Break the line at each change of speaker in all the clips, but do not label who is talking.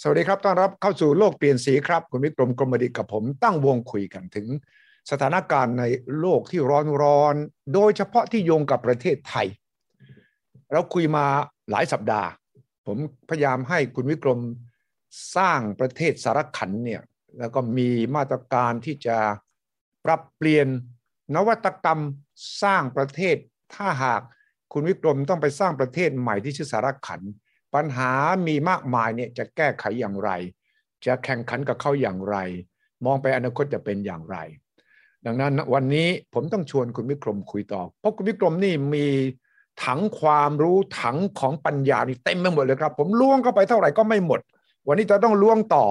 สวัสดีครับ ต้อนรับเข้าสู่โลกเปลี่ยนสีครับ คุณวิกรมกรมดิกับผมตั้งวงคุยกันถึง สถานการณ์ในโลกที่ร้อนร้อนๆโดยเฉพาะที่โยงกับประเทศไทย เราคุยมาหลายสัปดาห์ ผมพยายามให้คุณวิกรมสร้างประเทศสารขันเนี่ยแล้วก็มีมาตรการที่จะปรับเปลี่ยนนวัตกรรมสร้างประเทศ ถ้าหากคุณวิกรมต้องไปสร้างประเทศใหม่ที่ชื่อสารขัน ปัญหามีมากมายเนี่ยจะแก้ไขอย่างไร จะแข่งขันกับเขาอย่างไร มองไปอนาคตจะเป็นอย่างไร ดังนั้นวันนี้ผมต้องชวนคุณวิกรมคุยต่อ เพราะคุณวิกรมนี่มีถังความรู้ถังของปัญญานี่เต็มไปหมดเลยครับ ผมล้วงเข้าไปเท่าไหร่ก็ไม่หมด วันนี้จะต้องล้วงต่อ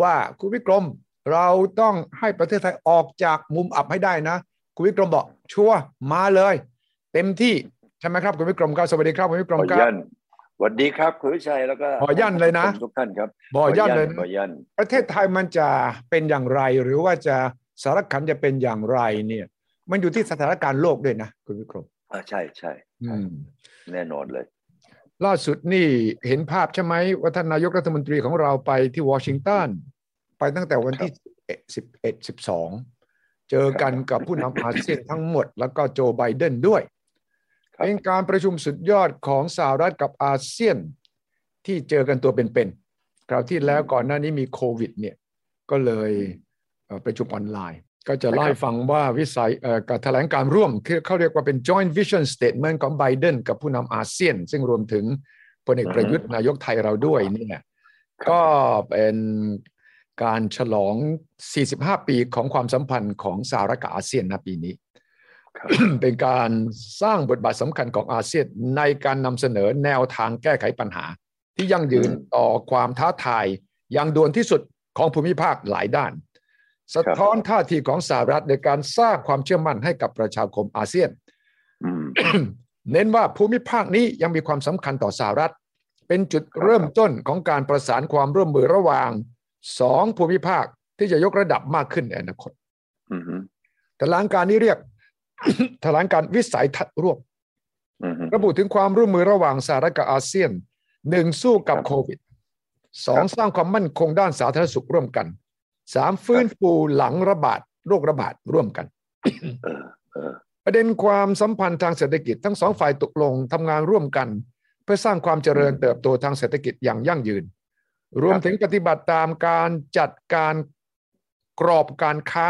ว่าคุณวิกรมเราต้องให้ประเทศไทยออกจากมุมอับให้ได้นะคุณวิกรมบอกชัวร์มาเลย เต็มที่ใช่ไหมครับคุณวิกรมครับสวัสดีครับคุณวิกร
ข
ม
อ
ครับ
ยันสวัสดีครับคุณวิชัยแล้วก็
ขอยั่นเลยนะ
ท่าผู้ชมทุกท่านครับ
บอยย่านเลย
ขอ
นะ
ยัน
ประเทศไทยมันจะเป็นอย่างไรหรือว่าจะสารขันจะเป็นอย่างไรเนี่ย มันอยู่ที่สถานการณ์โลกด้วยนะคุณวิกรม
อ่าใช่ใช่
อืม
แน่นอนเลย
ล่าสุดนี่เห็นภาพใช่ไหมว่าท่านนายกรัฐมนตรีของเราไปที่วอชิงตันไปตั้งแต่วันที่สิบเอ็ดสิบสองเจอกันกับผู้นำอาเซียนทั้งหมด แล้วก็โจไบเดนด้วย
ครับ
เป็นการประชุมสุดยอดของสหรัฐกับอาเซียนที่เจอกันตัวเป็นๆคราวที่แล้วก่อนหน้านี้มีโควิดเนี่ยก็เลยเอ่อประชุมออนไลน์ ก็จะเล่าให้ฟังว่าวิสัยเอ่อการแถลงการร่วมคือเขาเรียกว่าเป็น joint vision statement ของไบเดนกับผู้นำอาเซียน ซึ่งรวมถึงพลเอกประยุทธ์นายกไทยเราด้วยเนี่ยก็เป็นการฉลอง 45 ปีของความสัมพันธ์ของสหรัฐกับอาเซียนนะปีนี้
ครับ
เป็นการสร้างบทบาทสำคัญของอาเซียนในการนำเสนอแนวทางแก้ไขปัญหา ที่ยั่งยืน
อืม
ต่อความท้าทายอย่างด่วนที่สุดของภูมิภาคหลายด้าน สะท้อนท่าทีของสหรัฐในการสร้างความเชื่อมั่นให้กับประชาคมอาเซียน
อืม
เน้นว่าภูมิภาคนี้ยังมีความสำคัญต่อสหรัฐ เป็นจุดเริ่มต้นของการประสานความร่วมมือระหว่างสองภูมิภาคที่จะยกระดับมากขึ้นในอนาคต
อืมฮึ
แถลงการนี้เรียก แถลงการวิสัยทัศน์ร่วม
อืมฮึ
ระบุถึงความร่วมมือระหว่างสหรัฐกับอาเซียนหนึ่งสู้กับ
ครับ
โควิดสอง
ครับ
สร้างความมั่นคงด้านสาธารณสุขร่วมกันสามฟื้น
ครับ
ฟูหลังระบาดโรคระบาดร่วมกัน
เออเออ
ประเด็นความสัมพันธ์ทางเศรษฐกิจทั้งสองฝ่ายตกลงทำงานร่วมกัน เพื่อสร้างความเจริญเติบโตทางเศรษฐกิจอย่างยั่งยืน รวมถึงปฏิบัติตามการจัดการกรอบการค้า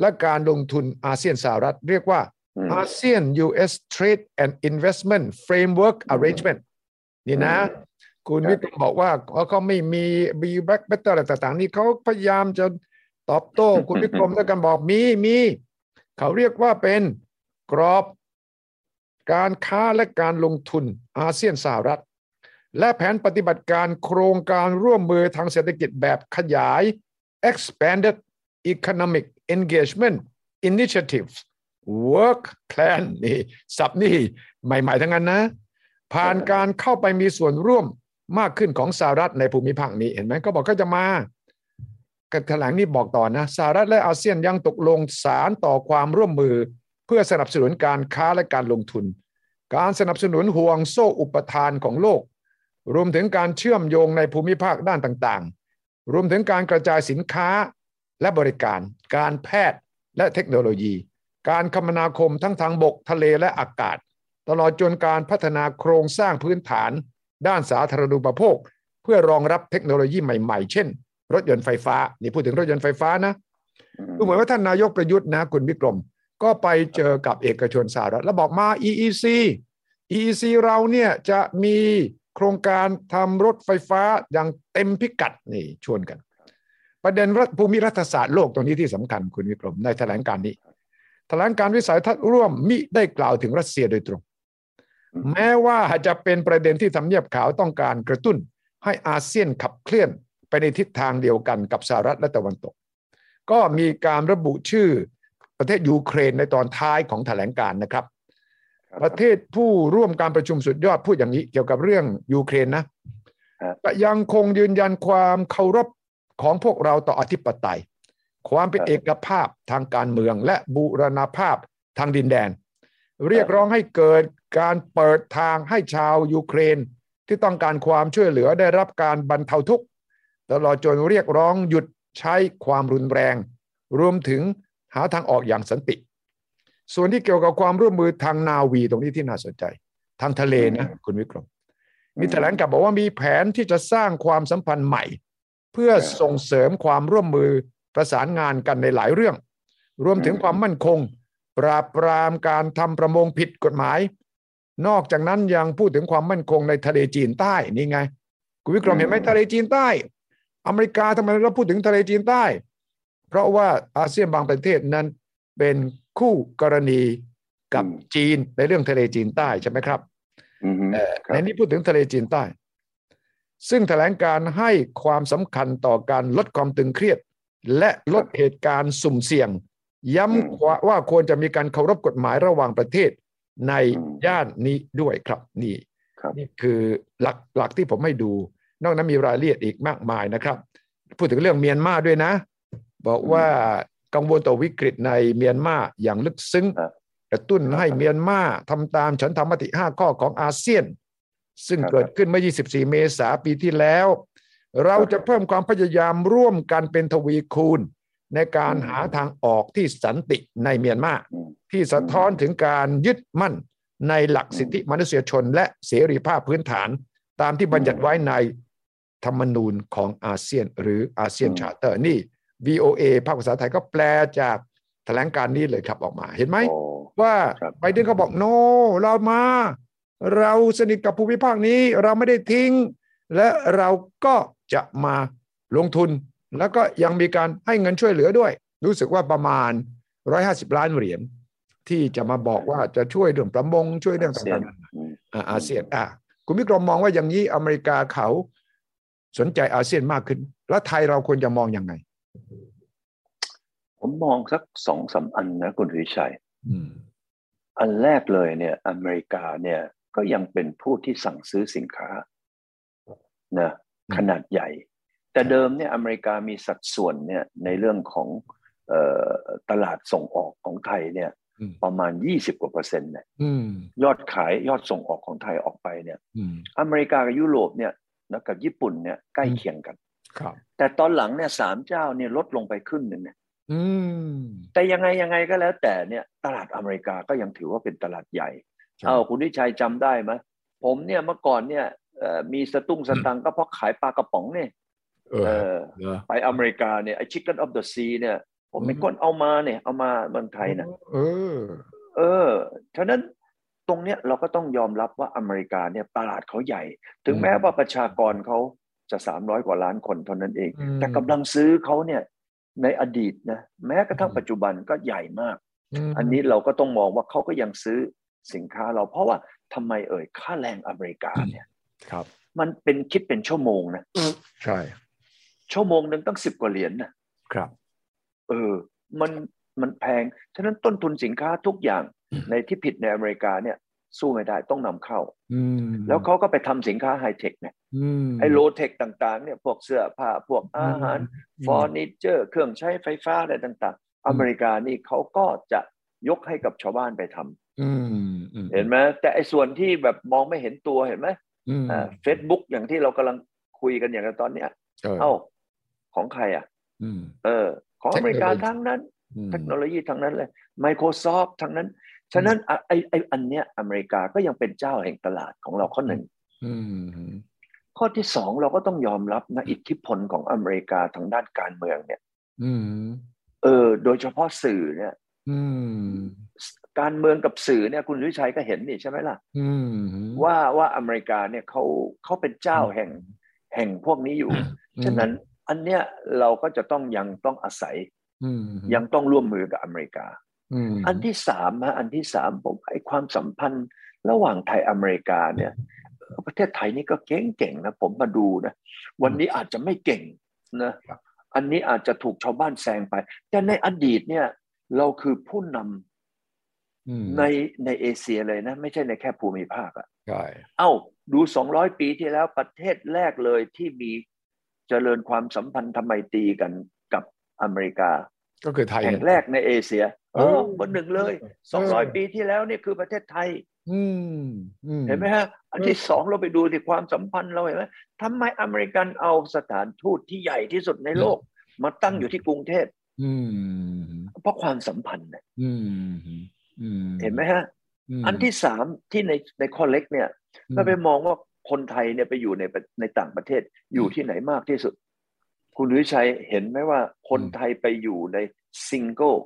และการลงทุนอาเซียนสหรัฐ เรียกว่า
อืม
อาเซียน US Trade and Investment Framework Arrangement นี่นะ คุณ
ครับ
วิกรมบอกว่าเขาไม่มีบีแบ็กเบตเตอร์อะไรต่างๆ นี่เขาพยายามจะตอบโต้ คุณวิกรมด้วยกันบอกมีมีเขาเรียกว่าเป็นกรอบการค้าและการลงทุนอาเซียนสหรัฐ และแผนปฏิบัติการโครงการร่วมมือทางเศรษฐกิจแบบขยาย expanded economic engagement initiatives work plan นี่สับนี่ใหม่ๆทั้งนั้นนะ ผ่านการเข้าไปมีส่วนร่วมมากขึ้นของสหรัฐในภูมิภาคนี้เห็นไหมก็บอกก็จะมาการแถลงนี้บอกต่อนะสหรัฐและอาเซียนยังตกลงสารต่อความร่วมมือ เพื่อสนับสนุนการค้าและการลงทุน การสนับสนุนห่วงโซ่อุปทานของโลก รวมถึงการเชื่อมโยงในภูมิภาคด้านต่างๆ รวมถึงการกระจายสินค้าและบริการ การแพทย์และเทคโนโลยี การคมนาคมทั้งทางบกทะเลและอากาศ ตลอดจนการพัฒนาโครงสร้างพื้นฐาน ด้านสาธารณูปโภค เพื่อรองรับเทคโนโลยีใหม่ๆ เช่น รถยนต์ไฟฟ้า นี่พูดถึงรถยนต์ไฟฟ้านะดูเหมือนว่าท่านนายกประยุทธ์นะคุณวิกรม ก็ไปเจอกับเอกชนสหรัฐแล้วบอกมา EEC EEC เราเนี่ยจะมีโครงการทำรถไฟฟ้าอย่างเต็มพิกัดนี่ชวนกัน ประเด็นรัฐภูมิรัฐศาสตร์โลกตรงนี้ที่สำคัญคุณวิกรมในแถลงการนี้ แถลงการวิสัยทัศน์ร่วมมิได้กล่าวถึงรัสเซียโดยตรง
อืม
แม้ว่าจะเป็นประเด็นที่ทำเนียบขาวต้องการกระตุ้น ให้อาเซียนขับเคลื่อนไปในทิศทางเดียวกันกับสหรัฐและตะวันตก ก็มีการระบุชื่อประเทศยูเครนในตอนท้ายของแถลงการนะครับ ประเทศผู้ร่วมการประชุมสุดยอดพูดอย่างนี้เกี่ยวกับเรื่องยูเครนนะครับ จะยังคงยืนยันความเคารพของพวกเราต่ออธิปไตย ความเป็นเอกภาพทางการเมืองและบูรณภาพทางดินแดน เรียกร้องให้เกิดการเปิดทางให้ชาวยูเครน ที่ต้องการความช่วยเหลือได้รับการบรรเทาทุกข์ ตลอดจนเรียกร้องหยุดใช้ความรุนแรง รวมถึงหาทางออกอย่างสันติ ส่วนที่เกี่ยวกับความร่วมมือทางนาวีตรงนี้ที่น่าสนใจ ทางทะเลนะคุณวิกรม มีแถลงกลับบอกว่ามีแผนที่จะสร้างความสัมพันธ์ใหม่ เพื่อ
ครับ
ส่งเสริมความร่วมมือประสานงานกันในหลายเรื่อง รวมถึง
อืม
ความมั่นคง ปราบปรามการทำประมงผิดกฎหมาย นอกจากนั้นยังพูดถึงความมั่นคงในทะเลจีนใต้นี่ไงคุณวิกรมเห็นไหมทะเลจีนใต้ อเมริกาทำไมเราพูดถึงทะเลจีนใต้ เพราะว่าอาเซียนบางประเทศนั้นเป็นคู่กรณีกับ
อืม
จีนในเรื่องทะเลจีนใต้ใช่ไหมครับ
อืม
เอ่อ
ครั
ใน
บ
นี้พูดถึงทะเลจีนใต้ ซึ่งแถลงการให้ความสำคัญต่อการลดความตึงเครียด และลดเหตุการณ์สุ่มเสี่ยง ย้ำว่าว่าควรจะมีการเคารพกฎหมายระหว่างประเทศในย่านนี้ด้วยครับนี่
ครับ
นี่คือหลักหลักที่ผมให้ดู นอกนั้นมีรายละเอียดอีกมากมายนะครับ พูดถึงเรื่องเมียนมาด้วยนะ บอกว่ากังวลต่อวิกฤตในเมียนมาอย่างลึกซึ้ง
ครับ
กระตุ้นให้
ครับ
เมียนมาทำตามฉันธรรมติ 5 ข้อของอาเซียน ซึ่ง
ครับ
เกิดขึ้นเมื่อ 24 เมษาปีที่แล้ว เรา
ครับ
จะเพิ่มความพยายามร่วมกันเป็นทวีคูณ ในการ
อืม
หาทางออกที่สันติในเมียนมา
อืม
ที่สะท้อนถึงการยึดมั่นในหลัก
อืม
สิทธิมนุษยชนและเสรีภาพพื้นฐาน ตามที่บัญญัติไว้ในธรรมนูญของอาเซียน หรืออาเซียน
อืม
ชาร์เตอร์นี่ VOA ภาคภาษาไทยก็แปลจากแถลงการณ์นี้เลยครับออกมาเห็นไหม
โอ้
ว่า
ครับ
ไบเดนก็บอกโน เรามา เราสนิทกับภูมิภาคนี้เราไม่ได้ทิ้ง และเราก็จะมาลงทุน แล้วก็ยังมีการให้เงินช่วยเหลือด้วย รู้สึกว่าประมาณ 150 ล้านเหรียญที่จะมาบอกว่าจะช่วยเรื่องประมงช่วยเรื่องต่าง
อืม
ๆอ่าอาเซียนอ่ะคุณวิกรมมองว่าอย่างนี้อเมริกาเขาสนใจอาเซียนมากขึ้น แล้วไทยเราควรจะมองยังไง
ผมมองสักสองสามอันนะคุณวิชัย
อืม
อันแรกเลยเนี่ยอเมริกาเนี่ยก็ยังเป็นผู้ที่สั่งซื้อสินค้านะ
ม
ขนาดใหญ่ แต่เดิมเนี่ยอเมริกามีสัดส่วนเนี่ยในเรื่องของเออตลาดส่งออกของไทยเนี่ย
อืม
ประมาณ 20กว่าเปอร์เซ็นต์เนี่ย
อืม
ยอดขายยอดส่งออกของไทยออกไปเนี่ย
อืม
อเมริกากับยุโรปเนี่ยนะกับญี่ปุ่นเนี่ยใกล้เคียงกัน
ครับ
แต่ตอนหลังเนี่ยสามเจ้าเนี่ยลดลงไปครึ่งหนึ่งเนี่ย
อืม
แต่ยังไงยังไงก็แล้วแต่เนี่ยตลาดอเมริกาก็ยังถือว่าเป็นตลาดใหญ่
ใช่
เอาคุณวิชัยจำได้ไหมผมเนี่ยเมื่อก่อนเนี่ยเอ่อมีสตุ้งสตังค์ก็เพราะขายปลากระป๋องเนี่ย
เออ
เออ
เหรอ
ไปอเมริกาเนี่ยไอชิคเก้นออฟเดอะซีเนี่ย ผม
อืม
เป็นคนเอามาเนี่ย เอามาเมืองไทยนะ
เออ
เออฉะนั้นตรงเนี้ยเราก็ต้องยอมรับว่าอเมริกาเนี่ยตลาดเขาใหญ่ ถึง
อืม
แม้ว่าประชากรเขาจะสามร้อยกว่าล้านคนเท่านั้นเอง
อืม
แต่กำลังซื้อเขาเนี่ยในอดีตนะแม้กระทั่งปัจจุบันก็ใหญ่มาก
ม
อันนี้เราก็ต้องมองว่าเขาก็ยังซื้อสินค้าเราเพราะว่าทำไมเอ่ยค่าแรงอเมริกาเนี่ย
ครับ
มันเป็นคิดเป็นชั่วโมงนะ
ใช่
ชั่วโมงหนึ่งตั้งสิบกว่าเหรียญนะครับ เออมันมันแพง ฉะนั้นต้นทุนสินค้าทุกอย่างในที่ผิดในอเมริกาเนี่ยสู้ไม่ได้ต้องนำเข้า
อืม
แล้วเขาก็ไปทำสินค้าไฮเทคเนี่ย
อืม
ไอ้โลเทคต่างๆเนี่ยพวกเสื้อผ้าพวกอาหาร
ม
ฟอร์นิเจอร์ เครื่องใช้ไฟฟ้าอะไรต่างๆ อเมริกานี่เขาก็จะยกให้กับชาวบ้านไปทำ
อืมอืม
เห็นไหมแต่ไอ้ส่วนที่แบบมองไม่เห็นตัวเห็นไหม
อืม
เฟซบุ๊กอย่างที่เรากำลังคุยกันอย่างตอนเนี้ย
เออ
เอ้าของใครอ่ะ
อืม
เออ ของ
เท
อ
ค
เม
โนโลยี
ริกาทั้งนั้น
อืม
เทคโนโลยีทั้งนั้นเลย Microsoft ทั้งนั้น ฉะนั้นอ่ะไอ้ไอ้อันเนี้ยอเมริกาก็ยังเป็นเจ้าแห่งตลาดของเราข้อหนึ่ง
อืม
ข้อที่สองเราก็ต้องยอมรับนะอิทธิพลของอเมริกาทางด้านการเมืองเนี่ย
อืม
เออโดยเฉพาะสื่อเนี่ย
อืม
การเมืองกับสื่อเนี่ยคุณวิชัยก็เห็นนี่ใช่ไหมล่ะ
อืม
ว่าว่าอเมริกาเนี่ยเขาเขาเป็นเจ้าแห่งแห่งพวกนี้อยู่ ฉะนั้นอันเนี้ยเราก็จะต้องยังต้องอาศัย
อืม
ยังต้องร่วมมือกับอเมริกา
อืม
อันที่สามฮะอันที่สามผมไอ้ความสัมพันธ์ระหว่างไทยอเมริกาเนี่ยเอ่อประเทศไทยนี่ก็เก่งๆนะผมมาดูนะวันนี้อาจจะไม่เก่งนะอันนี้อาจจะถูกชาวบ้านแซงไป แต่ในอดีตเนี่ยเราคือผู้นำ
อืม
ในในเอเชียเลยนะไม่ใช่ในแค่ภูมิภาคอะ
ใช่
เอ้าดู 200 ปีที่แล้วประเทศแรกเลยที่มีเจริญความสัมพันธ์ทำไมตรีกันกับอเมริกา
ก็คือไทย
แห่งแรกในเอเชีย
เอ
เอ
อ
อเบอร์หนึ่งเลย
เออ
200 ปีที่แล้วนี่คือประเทศไทย
อืมอืม
เห็นไหมฮะ อันที่สองเราไปดูที่ความสัมพันธ์เราเห็นไหมทำไมอเมริกันเอาสถานทูตที่ใหญ่ที่สุดในโลก มาตั้งอยู่ที่กรุงเทพ
อืม
เพราะความสัมพันธ์เนี่ย
อืมอืม
เห็นไหมฮะ อันที่สามที่ในในข้อเล็กเนี่ย
อืม
เราไปมองว่าคนไทยเนี่ยไปอยู่ในประในต่างประเทศอยู่ที่ไหนมากที่สุด คุณวิชัยเห็นไหมว่าคนไทยไปอยู่ใน single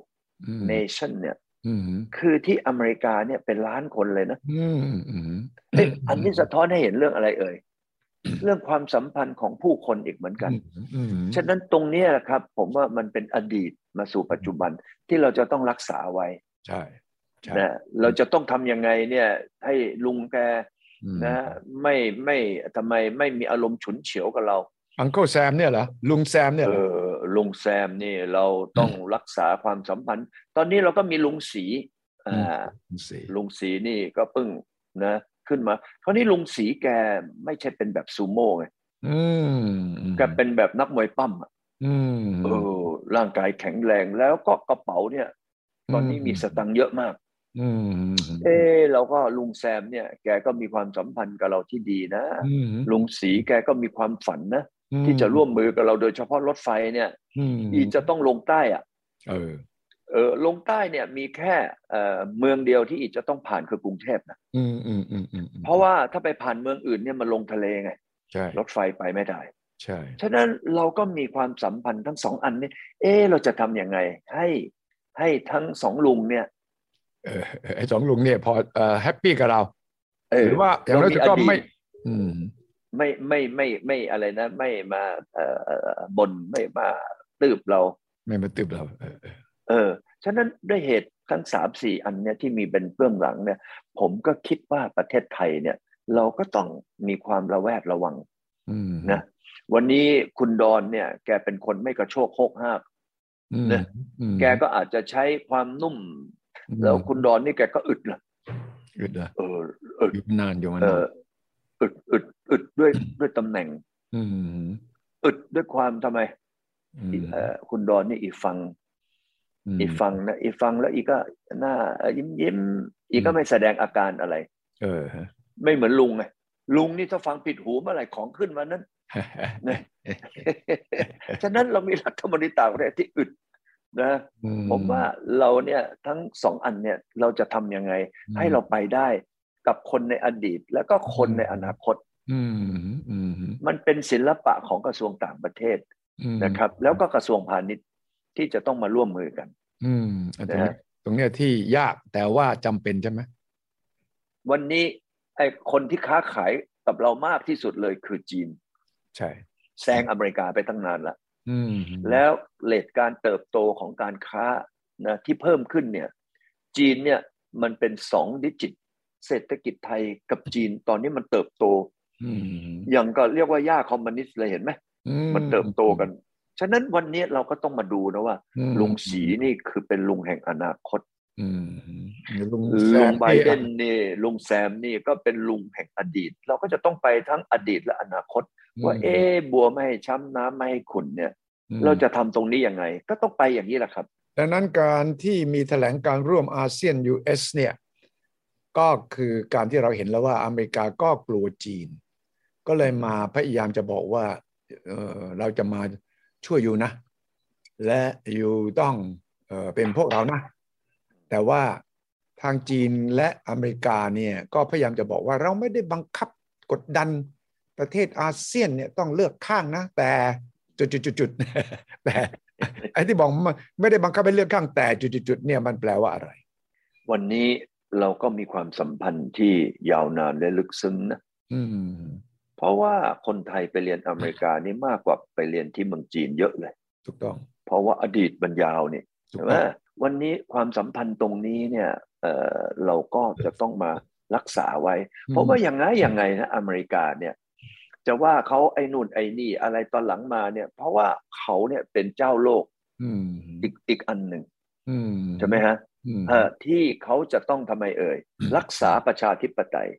อืม
nation เนี่ย
อืม
คือที่อเมริกาเนี่ยเป็นล้านคนเลยนะ
อืมอืม
เอ้ยอันนี้สะท้อนให้เห็นเรื่องอะไรเอ่ย เรื่องความสัมพันธ์ของผู้คนอีกเหมือนกัน
อืม
ฉะนั้นตรงเนี้ยแหละครับ ผมว่ามันเป็นอดีตมาสู่ปัจจุบันที่เราจะต้องรักษาไว้
ใช่ใช่
นะเราจะต้องทำยังไงเนี่ยให้ลุงแก
อืม
นะไม่ไม่ทำไมไม่มีอารมณ์ฉุนเฉียวกับเรา
อังเคิลแซมเนี่ยเหรอลุงแซมเนี่ย
เอ
เหรอ
อลุงแซมนี่เราต้องรักษาความสัมพันธ์ ตอนนี้เราก็มีลุงสีอ่า
สี
ลุงสีนี่ก็เพิ่งนะขึ้นมาคราวนี้ลุงสีแกไม่ใช่เป็นแบบซูโม่ไง
อืม
แกเป็นแบบนักมวยปั้มอะ
อืม
เออร่างกายแข็งแรงแล้วก็กระเป๋าเนี่ย ตอนนี้มีสตังค์เยอะมาก
อืม
เออเราก็ลุงแซมเนี่ย แกก็มีความสัมพันธ์กับเราที่ดีนะ
อืม
ลุงสีแกก็มีความฝันนะ ที่จะร่วมมือกับเราโดยเฉพาะรถไฟเนี่ย
อืม
อีจะต้องลงใต้อะ
เออ
เออลงใต้เนี่ยมีแค่เอ่อเมืองเดียวที่อีจะต้องผ่านคือกรุงเทพนะ
อืมอืมอืมอืม
เพราะว่าถ้าไปผ่านเมืองอื่นเนี่ยมันลงทะเลไง
ใช่
รถไฟไปไม่ได้
ใช่
ฉะนั้นเราก็มีความสัมพันธ์ทั้งสองอันเนี่ยเออเราจะทำยังไงให้ให้ทั้งสองลุงเนี่ย
เออไอ้สองลุงเนี่ยพอเอ่อแฮปปี้กับเรา
เออ
หรือว่าอย่างน้อย
เรามีอดีต
ก็ไม่ อืม
ไม่ไม่ไม่ไม่อะไรนะ ไม่มาเอ่อเอ่อบนไม่มาตืบเรา
ไม่มาตืบเราเออเออ
เออ ฉะนั้นด้วยเหตุทั้งสามสี่อันเนี่ยที่มีเป็นเบื้องหลังเนี่ย ผมก็คิดว่าประเทศไทยเนี่ย เราก็ต้องมีความระแวดระวัง
อืม
นะ วันนี้คุณดอนเนี่ย แกเป็นคนไม่กระโชกโคกห้าก
อืม
นะ
อืม
แกก็อาจจะใช้ความนุ่ม
อืม
แล้วคุณดอนนี่แกก็อึดนะ
อึดเหรอ
เอออึด
อยู่นานอยู่
เอน
มาาน
ออึดอึดอึดด้วยด้วยตำแหน่ง
อืม
อึดด้วยความทำไม
อืม
เออคุณดอนนี่อีฟัง
ม
อีฟังนะอีฟังแล้วอีก็หน้ายิ้มยิ้มๆอีก็ไม่แสดงอาการอะไร
เออฮะ
ไม่เหมือนลุงไงลุงนี่ถ้าฟังผิดหูเมื่อไหร่ของขึ้นมานั้น ฉะนั้นเรามีรัฐมนตรีต่างประเทศที่อึดนะผมว่าเราเนี่ยทั้งสองอันเนี่ยเราจะทำยังไง ให้เราไปได้กับคนในอดีต แล้วก็คน
อืม
ในอนาคต
อืมอืม
มันเป็นศิลปะของกระทรวงต่างประเทศ
อืม
นะครับ แล้วก็กระทรวงพาณิชย์ที่จะต้องมาร่วมมือกัน
อืมอันตรงนี้
นะ
ตรงเนี้ยที่ยากแต่ว่าจำเป็นใช่ไหม
วันนี้ไอ้คนที่ค้าขายกับเรามากที่สุดเลยคือจีน
ใช่
แซงอเมริกาไปตั้งนานละ
อืม
แล้วเลทการเติบโตของการค้านะที่เพิ่มขึ้นเนี่ยจีนเนี่ยมันเป็นสองดิจิต เศรษฐกิจไทยกับจีนตอนนี้มันเติบโต
อืม
อย่างก็เรียกว่าย่าคอมมิวนิสต์เลยเห็นไหม
อื
มันเติบโตกัน ฉะนั้นวันนี้เราก็ต้องมาดูนะว่า
อืม
ลุงสีนี่คือเป็นลุงแห่งอนาคต
อืมลุง
ลุง
แซม
ไบเดน
อ่ะ
นี่ลุงแซมนี่ก็เป็นลุงแห่งอดีต เราก็จะต้องไปทั้งอดีตและอนาคต ว่าเอ๊ะบัวไม่ให้ช้ำน้ำไม่ให้ขุ่นเนี่ย
อืม
เราจะทำตรงนี้ยังไง ก็ต้องไปอย่างนี้แหละครับ
ดังนั้นการที่มีแถลงการร่วมอาเซียน US เนี่ยก็คือการที่เราเห็นแล้วว่าอเมริกาก็กลัวจีน ก็เลยมาพยายามจะบอกว่าเอ่อเราจะมาช่วยอยู่นะ และอยู่ต้องเอ่อเป็นพวกเรานะ แต่ว่าทางจีนและอเมริกาเนี่ยก็พยายามจะบอกว่าเราไม่ได้บังคับกดดันประเทศอาเซียนเนี่ยต้องเลือกข้างนะ แต่จุดๆๆ แต่ ไอ้ที่บอกมันไม่ได้บังคับให้เลือกข้างแต่จุดๆๆเนี่ยมันแปลว่าอะไร
วันนี้เราก็มีความสัมพันธ์ที่ยาวนานและลึกซึ้งนะ
อืม
เพราะว่าคนไทยไปเรียนอเมริกานี่มากกว่าไปเรียนที่เมืองจีนเยอะเลย
ถูกต้อง
เพราะว่าอดีตมันยาวนี่
ถูก
ใช่ไหม
ต้อง
วันนี้ความสัมพันธ์ตรงนี้เนี่ยเอ่อเราก็จะต้องมารักษาไว้ เพราะว่าอย่างไงอย่างไงนะอเมริกาเนี่ย จะว่าเขาไอ้นู่นไอ้นี่อะไรตอนหลังมาเนี่ย เพราะว่าเขาเนี่ยเป็นเจ้าโลก
อืม
อีกอีกอันหนึ่ง
อืม
ใช่ไหมฮะ
อืม
เอ่อที่เขาจะต้องทำไมเอ่ย รักษาประชาธิปไตย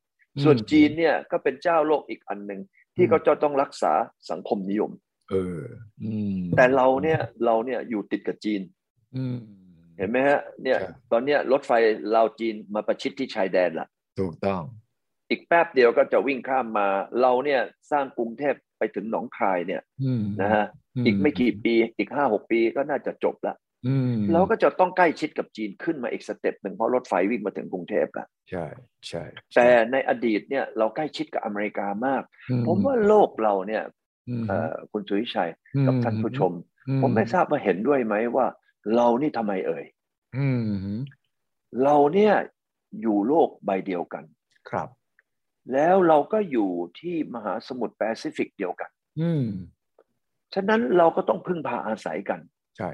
ส่วนจีนเนี่ยก็เป็นเจ้าโลกอีกอันหนึ่งที่เขาจะต้องรักษาสังคมนิยม
เออ อืม
แต่เราเนี่ยเราเนี่ยอยู่ติดกับจีน
อืม
เห็นไหมฮะเนี่ย
ใช่
ตอนเนี้ยรถไฟลาวจีนมาประชิดที่ชายแดนละ
ถูกต้อง
อีกแป๊บเดียวก็จะวิ่งข้ามมา เราเนี่ยสร้างกรุงเทพไปถึงหนองคายเนี่ย
อืม
นะฮะอีกไม่กี่ปีอีกห้าหกปีก็น่าจะจบละ
อืม
เราก็จะต้องใกล้ชิดกับจีนขึ้นมาอีกสเต็ปหนึ่งเพราะรถไฟวิ่งมาถึงกรุงเทพละ
ใช่ใช่
แต่ในอดีตเนี่ยเราใกล้ชิดกับอเมริกามาก ผมว่าโลกเราเนี่ย
ม
เอ่อคุณสุวิชัย
ม
กับท่านผู้ชม
อื
ผมไม่ทราบว่าเห็นด้วยไหมว่า เรานี่ทำไมเอ่ย
อืม
เราเนี่ยอยู่โลกใบเดียวกัน
ครับ
แล้วเราก็อยู่ที่มหาสมุทรแปซิฟิกเดียวกัน
อืม
ฉะนั้นเราก็ต้องพึ่งพาอาศัยกัน
ใช่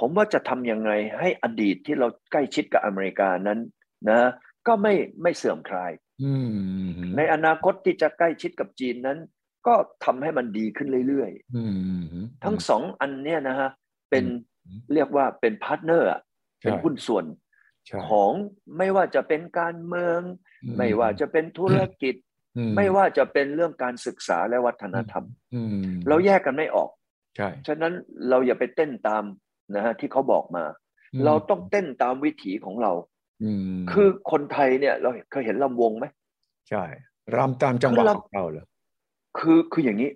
ผมว่าจะทำยังไงให้อดีตที่เราใกล้ชิดกับอเมริกานั้นนะก็ไม่ไม่เสื่อมคลาย
อืม
ในอนาคตที่จะใกล้ชิดกับจีนนั้น ก็ทำให้มันดีขึ้นเรื่อย
อืม
ๆ ทั้งสองอันเนี่ยนะฮะเป็น
อืม
เรียกว่าเป็นพาร์ทเนอร์อะเป็นหุ้นส่วน
ใช่
ของไม่ว่าจะเป็นการเมือง
อื
ไม่ว่าจะเป็นธุรกิจ
อื
ไม่ว่าจะเป็นเรื่องการศึกษาและวัฒนธรรม
อืม
เราแยกกันไม่ออก
ใช่
ฉะนั้นเราอย่าไปเต้นตามนะฮะที่เขาบอกมา เราต้องเต้นตามวิถีของเรา
อืม
คือคนไทยเนี่ยเราเคยเห็นลำวงไหม
ใช่รำตามจังหวะ
คือเรา
ของเราเหรอ
คือคืออย่างนี้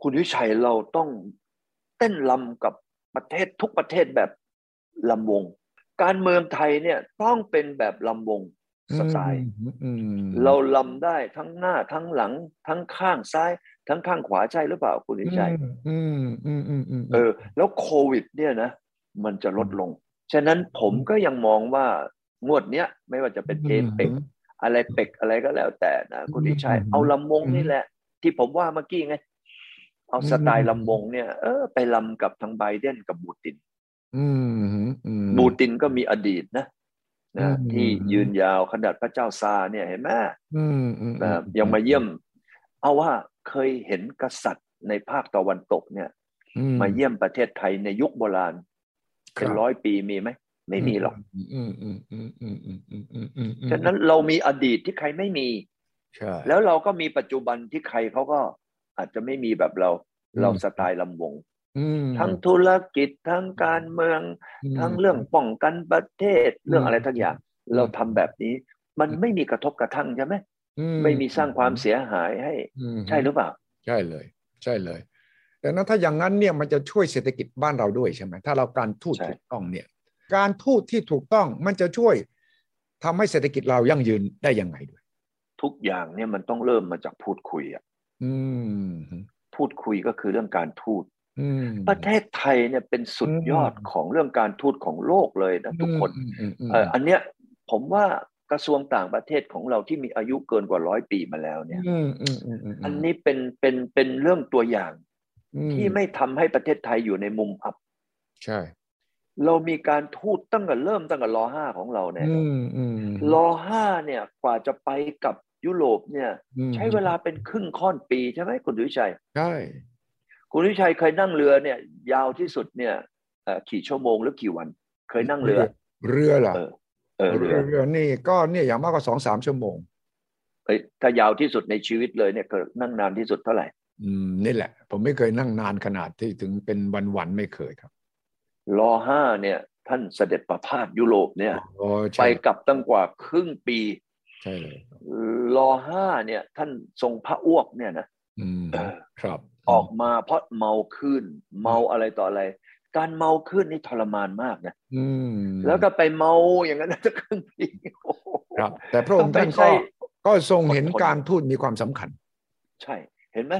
คุณวิชัยเราต้องเต้นลำกับประเทศทุกประเทศแบบลำวง การเมืองไทยเนี่ยต้องเป็นแบบลำวงสไตล์
อืม
เราลำได้ทั้งหน้าทั้งหลัง ทั้งข้างซ้าย ทั้งข้างขวาใช่หรือเปล่าคุณวิชัย
อืมอืมอืมอืมม
เออแล้วโควิดเนี่ยนะมันจะลดลง ฉะนั้นผมก็ยังมองว่างวดเนี้ยไม่ว่าจะเป็นเอเปก
อืม
อะไรเปกอะไรก็แล้วแต่นะคุณวิชัย
อืม
เอาลำวง
อืม
นี่แหละ ที่ผมว่าเมื่อกี้ไง เอาสไต
อืม
ล์ลำวงเนี่ยเออไปลำกับทางไบเดนกับบูติน
อืมอืม
บูตินก็มีอดีตนะ
อื
นะ
ม
ที่ยืนยาวขนาดพระเจ้าซาร์เนี่ยเห็นไหม
อืมอืม
นะยังมาเยี่ยม เอาว่าเคยเห็นกษัตริย์ในภาคตะวันตกเนี่ย
อื
มาเยี่ยมประเทศไทยในยุคโบราณ
ครับ
เป็นร้อยปีมีไหม ไม่มีหรอก
อืมอืมอืมอืมอืมอืมอืมอืมอืม
ฉะนั้นเรามีอดีตที่ใครไม่มี
ใช่
แล้วเราก็มีปัจจุบันที่ใครเขาก็อาจจะไม่มีแบบเรา เราสไตล์ลำวง
อืม
ทั้งธุรกิจทั้งการเมือง
ม
ทั้งเรื่องป้องกันประเทศเรื่องอะไรทั้งอย่าง
อืม
เราทำแบบนี้ มันไม่มีกระทบกระทั่งใช่ไหม
อื
ไม่มีสร้างความเสียหายให้
อืม
ใช่หรือเปล่า
ใช่เลย ใช่เลยดังนั้นถ้าอย่างนั้นเนี่ยมันจะช่วยเศรษฐกิจบ้านเราด้วยใช่ไหมถ้าเราการทูต
ใช่
ถูกต้องเนี่ย การทูตที่ถูกต้องมันจะช่วยทำให้เศรษฐกิจเรายั่งยืนได้ยังไงด้วย
ทุกอย่างเนี่ยมันต้องเริ่มมาจากพูดคุยอะ
อืม
พูดคุยก็คือเรื่องการทูต
อืม
ประเทศไทยเนี่ยเป็นสุดยอด
อืม
ของเรื่องการทูตของโลกเลยนะทุกคน
อืมมม
เอ่ออันเนี้ยผมว่ากระทรวงต่างประเทศของเราที่มีอายุเกินกว่าร้อยปีมาแล้วเนี่ย
อืมอืมอืมม
อันนี้เป็นเป็นเป็นเรื่องตัวอย่าง
อื
ที่ไม่ทำให้ประเทศไทยอยู่ในมุมอับ
ใช่
เรามีการทูตตั้งแต่เริ่มตั้งแต่รห้าของเราเนี่ย
อืมอืม
รห้าเนี่ยกว่าจะไปกับยุโรปเนี่ย ใช้เวลาเป็นครึ่งค่อนปีใช่ไหมคุณวิชัย
ใช่
คุณวิชัยเคยนั่งเรือเนี่ย ยาวที่สุดเนี่ยเอ่อกี่ชั่วโมงหรือกี่วัน เคยนั่งเรือ
เรือล่ะ
เออ เออเรือ
เรือนี่ก็เนี่ยอย่างมากก็สองสามชั่วโมง
เอ้ยถ้ายาวที่สุดในชีวิตเลยเนี่ยคือนั่งนานที่สุดเท่าไหร่
อืมนี่แหละ ผมไม่เคยนั่งนานขนาดที่ถึงเป็นวันๆไม่เคยครับ
รอห้าเนี่ย ท่านเสด็จประพาสยุโรปเนี่ย
โอ้
ไป
ใช่
กลับตั้งกว่าครึ่งปี
ใช่เลยครับ
รอห้าเนี่ย ท่านทรงพระอ้วกเนี่ยนะ
อืม
เออ
ครับ
ออกมาเพราะเมาขึ้น เมาอะไรต่ออะไร การเมาขึ้นนี่ทรมานมากนะ
อืม
แล้วก็ไปเมาอย่างนั้น ตั้งครึ่งปีโอ้โห
ครับ แต่พระองค์ท่านก็
ไม่ใช่
ก็ทรงเห็น
อดทน
การทูตมีความสำคัญ
ใช่ เห็นไหม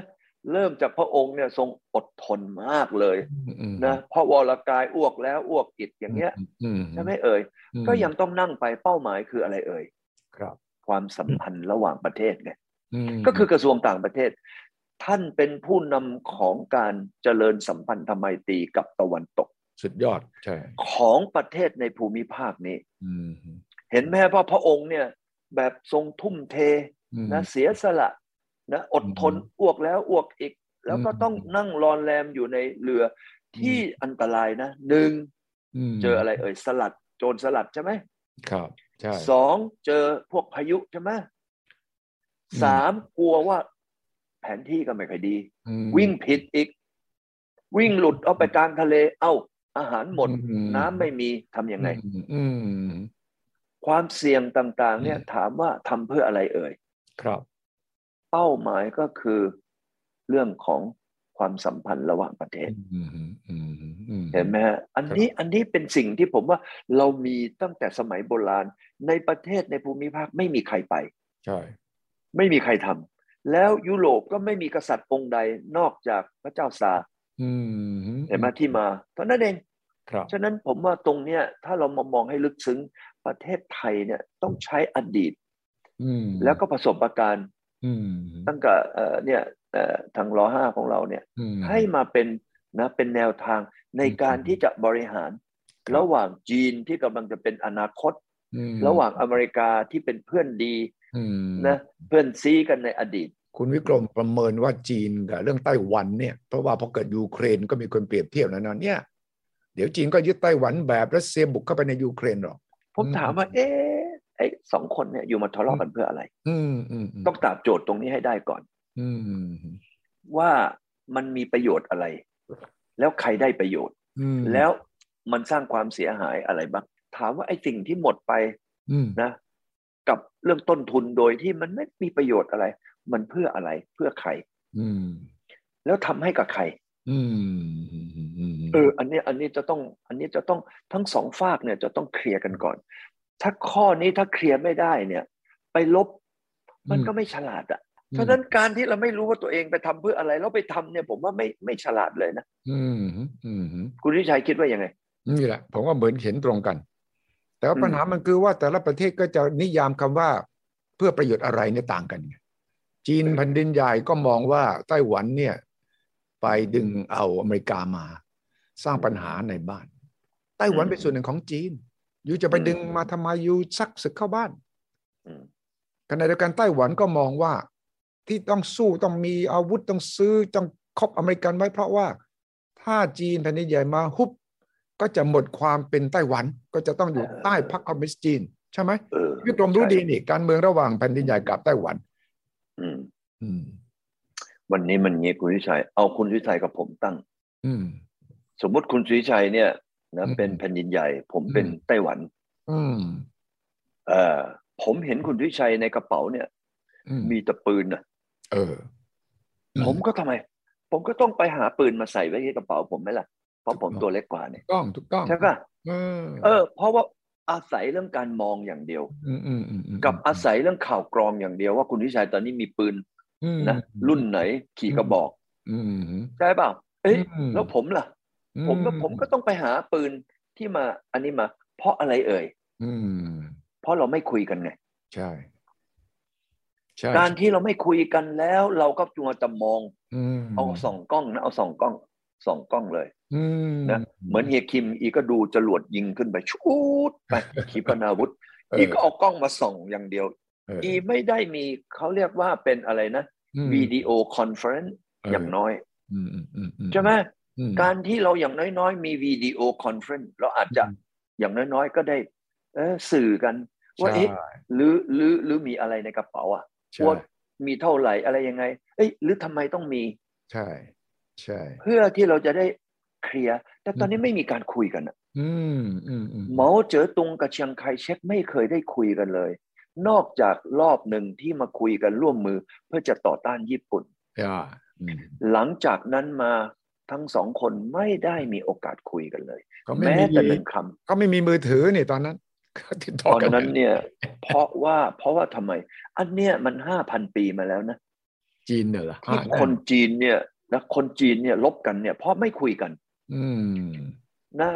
เริ่มจากพระองค์เนี่ยทรงอดทนมากเลย
อืม
นะเพราะวรกายอ้วกแล้วอ้วกอีกอย่างเงี้ย
อืม
ใช่ไหมเอ่ย
อืม
ก็ยังต้องนั่งไปเป้าหมายคืออะไรเอ่ย
ครับ
ความสัมพันธ์ระหว่างประเทศไง
ม
ก็คือกระทรวงต่างประเทศ ท่านเป็นผู้นำของการเจริญสัมพันธไมตรีกับตะวันตก
สุดยอดใช่
ของประเทศในภูมิภาคนี้
อืม
เห็นไหมว่าพระองค์เนี่ยแบบทรงทุ่มเท
อืม
นะเสียสละนะอดทน
อืม
อ้วกแล้วอ้วกอีก แล้วก็
อืม
ต้องนั่งรอนแรมอยู่ในเรืออ
ม
ที่อันตรายนะหนึ่ง
ม
เจออะไรเอ่ยสลัดโจรสลัดใช่ไหม
ครับใช่
สองเจอพวกพายุใช่ไหม
ม
สามกลัวว่า แผนที่ก็ไม่ค่อยดี
อืม
วิ่งผิดอีก วิ่งหลุดเอาไปกลางทะเล เอ้า อาหารหมด
อืม
น้ำไม่มีทำยังไง
อืมอืม
ความเสี่ยงต่างๆ เนี่ยถามว่าทำเพื่ออะไรเอ่ย
ครับ
เป้าหมายก็คือเรื่องของความสัมพันธ์ระหว่างประเทศ
อืมอืมอืม
เห็นไหมฮะอันนี้อันนี้เป็นสิ่งที่ผมว่าเรามีตั้งแต่สมัยโบราณ ในประเทศในภูมิภาคไม่มีใครไป
ใช่
ไม่มีใครทำแล้วยุโรปก็ไม่มีกษัตริย์องค์ใดนอกจากพระเจ้าซาร์
อืม
เห็นไหมที่มาเท่านั้นเอง
ครับ
ฉะนั้นผมว่าตรงเนี้ยถ้าเรามามองให้ลึกซึ้งประเทศไทยเนี่ยต้องใช้อดีต
อืม
แล้วก็ประสบการณ์
อืม
ตั้งแต่เอ่อเนี่ยเอ่อทางรอห้าของเราเนี่ย
อืม
ให้มาเป็นนะเป็นแนวทางใน
อืม
การที่จะบริหาร
ครับ
ระหว่างจีนที่กำลังจะเป็นอนาคต
อืม
ระหว่างอเมริกาที่เป็นเพื่อนดี
อืม
นะเพื่อนซีกันในอดีต
คุณวิกรมประเมินว่าจีนกับเรื่องไต้หวันเนี่ย เพราะว่าพอเกิดยูเครนก็มีคนเปรียบเทียบนะเนาะเนี่ย เดี๋ยวจีนก็ยึดไต้หวันแบบรัสเซียบุกเข้าไปในยูเครนหรอก
ผม
อืม
ถามว่า เอ๊ะไอ้สองคนเนี่ยอยู่มาทะเลาะกันเพื่ออะไร
อืมอืมอืม
ต้องตามโจทย์ตรงนี้ให้ได้ก่อน
อืมอืม
ว่ามันมีประโยชน์อะไร แล้วใครได้ประโยชน์
อืม
แล้วมันสร้างความเสียหายอะไรบ้างถามว่าไอ้สิ่งที่หมดไป
อืม
นะ กับเรื่องต้นทุนโดยที่มันไม่มีประโยชน์อะไร มันเพื่ออะไรเพื่อใคร
อืม
แล้วทำให้กับใคร
อืมอืมอืม
เออ อันเนี้ยอันนี้จะต้อง อันนี้จะต้องทั้งสองฝากเนี่ยจะต้องเคลียร์กันก่อน ถ้าข้อนี้ถ้าเคลียร์ไม่ได้เนี่ย ไปลบ มันก็ไม่ฉลาดอะ่ะเพราะฉะนั้นการที่เราไม่รู้ว่าตัวเองไปทำเพื่ออะไรแล้วไปทำเนี่ย ผมว่าไม่ไม่ฉลาดเลยนะ
อืมอืมอืม
คุณวิชัยคิดว่ายังไง
นี่แหละผมว่าเหมือนเห็นตรงกัน แต่ว่า
อืม
ปัญหามันคือว่าแต่ละประเทศก็จะนิยามคำว่าเพื่อประโยชน์อะไรเนี่ยต่างกันไงจีนแผ่นดินใหญ่ก็มองว่าไต้หวันเนี่ย ไปดึงเอาอเมริกามา สร้างปัญหาในบ้าน ไต้หวันเป็นส่วนหนึ่งของจีนอยูจะไปดึงมาทำไมอยูซักศึกเข้าบ้าน
อืม
ขณะเดียวกันไต้หวันก็มองว่าที่ต้องสู้ต้องมีอาวุธต้องซื้อต้องคบอเมริกันไว้เพราะว่าถ้าจีนแผ่นดินใหญ่มาฮุบก็จะหมดความเป็นไต้หวันก็จะต้องอยู่
เออ
ใต้พรรคคอมมิวนิสต์จีน ใช่ไหม
เออ
พี่กรมรู้ดี
ใช่
นี่การเมืองระหว่างแผ่นดินใหญ่กับไต้หวัน
อืม
อืม
วันนี้มันเงี้ยคุณวิชัย เอาคุณวิชัยกับผมตั้ง
อืม
สมมติคุณวิชัยเนี่ยนะ
อืม
เป็นแผ่นดินใหญ่ ผมเป็น
อืม
ไต้หวัน
อืม
เอ่อผมเห็นคุณวิชัยในกระเป๋าเนี่ย
อืม
มีแต่ปืนนะ
เออ อืม
ผมก็ทำไม ผมก็ต้องไปหาปืนมาใส่ไว้ในกระเป๋าผมไหมล่ะ เพราะผม
ถูกต้อง
ตัวเล็กกว่าเนี่ย
ถูกต้องถูกต้อง
ใช่ป่ะ
เออ
เออ เพราะว่าอาศัยเรื่องการมองอย่างเดียว
อืมอืมอืมอืม
กับอาศัยเรื่องข่าวกรองอย่างเดียวว่าคุณวิชัยตอนนี้มีปืน
อืม
นะรุ่นไหนขี่กระบอก
อืม
ใช่ป่ะเอ๊ะ
อื
แล้วผมล่ะ ผมก็ผมก็ต้องไปหาปืนที่มาอันนี้มา เพราะอะไรเอ่ย
อืม
เพราะเราไม่คุยกันไง
ใช่ใช่
การที่เราไม่คุยกันแล้ว เราก็จัวจะมอง
อืม
เอาส่องกล้องนะเอาส่องกล้องส่องกล้องเลย
อืม
นะ เหมือนเฮียคิมอีก็ดูจรวดยิงขึ้นไปชูดไป ขีปนาวุธ
เออ
อีก็เอากล้องมาส่องอย่างเดียว
เออ
อีไม่ได้มีเขาเรียกว่าเป็นอะไรนะ
อืม
วิดีโอคอนเฟอเรนซ์
เ
อย่างน้อย
อืมอืมอืมอื
ใช่ไหม
อืม
การที่เราอย่างน้อยๆ มีวิดีโอคอนเฟอเรนซ์เราอาจจะ
อืม
อย่างน้อยๆ ก็ได้ เออสื่อกัน ว่าเอ๊ะหรือหรือหรือมีอะไรในกระเป๋าอ่ะ
ใช่
ว่ามีเท่าไหร่อะไรยังไง เอ้ยหรือทำไมต้องมี
ใช่ใช่
เพื่อที่เราจะได้เคลียร์แต่ตอนนี้ไม่มีการคุยกันอะ
อืมอืมอืม
เหมาเจ๋อตุงกับเชียงไคเชกไม่เคยได้คุยกันเลย นอกจากรอบหนึ่งที่มาคุยกันร่วมมือเพื่อจะต่อต้านญี่ปุ่น
อ่าอืม
หลังจากนั้นมาทั้งสองคนไม่ได้มีโอกาสคุยกันเลย
ก็ไม่
แม้
มี
แต่หนึ่งค
ก็ไม่มีมือถือนี่ตอนนั้นก็ติด
ำ
ต่อ
ตอน
กัน
นั้นเนี่ย เพราะว่าเพราะว่าทำไม อันเนี้ยมันห้าพันปีมาแล้วนะ
จีนเนี่ยเหรอ
ที่
อ่า
คนจีนเนี่ยนะคนจีนเนี่ยลบกันเนี่ยเพราะไม่คุยกัน
อืม
น่า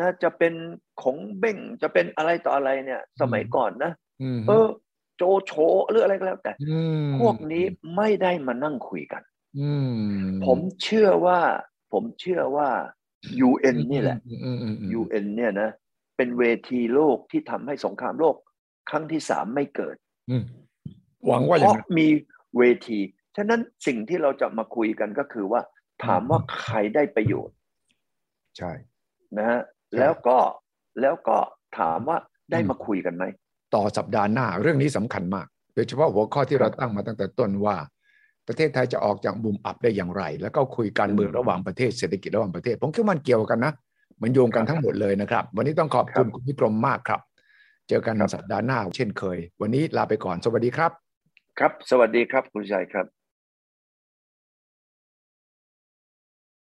น่าจะเป็นของเบ้งจะเป็นอะไรต่ออะไรเนี่ย สมัย
อืม
ก่อนนะ
อืม
เออ โจโฉหรืออะไรก็แล้วแต่
ม
พวกนี้ไม่ได้มานั่งคุยกัน
อืม
ผมเชื่อว่า ผมเชื่อว่า UN นี่แหละ
อืมอืมอืมอืม
UN เนี่ยนะ เป็นเวทีโลกที่ทำให้สงครามโลก ครั้งที่สามไม่เกิด
อืมหวังว่าอ
เพ
ย่าง
ราะ
นั้น
มีเวที ฉะนั้นสิ่งที่เราจะมาคุยกันก็คือว่า ถามว่าใครได้ประโยชน์
ใช่
นะฮะแล้วก็แล้วก็ถามว่าได้มาคุยกันไหม
ต่อสัปดาห์หน้าเรื่องนี้สำคัญมาก โดยเฉพาะหัวข้อที่
ครั
เรา
บ
ตั้งมาตั้งแต่ต้นว่า ประเทศไทยจะออกจากมุมอับได้อย่างไร แล้วก็คุยการเมือง
อืม
ระหว่างประเทศเศรษฐกิจระหว่างประเทศ ผมคิดว่ามันเกี่ยวกันนะ มันโยงกัน
ครับ
ทั้งหมดเลยนะครับ วันนี้ต้องขอบ
ค
คุ
รับ
ณคุณพิกรมมากครับ เจอกันสัปดาห์หน้าเช่นเคย วันนี้ลาไปก่อนสวัสดีครับ
ครับ สวัสดีครับคุณชัยครับ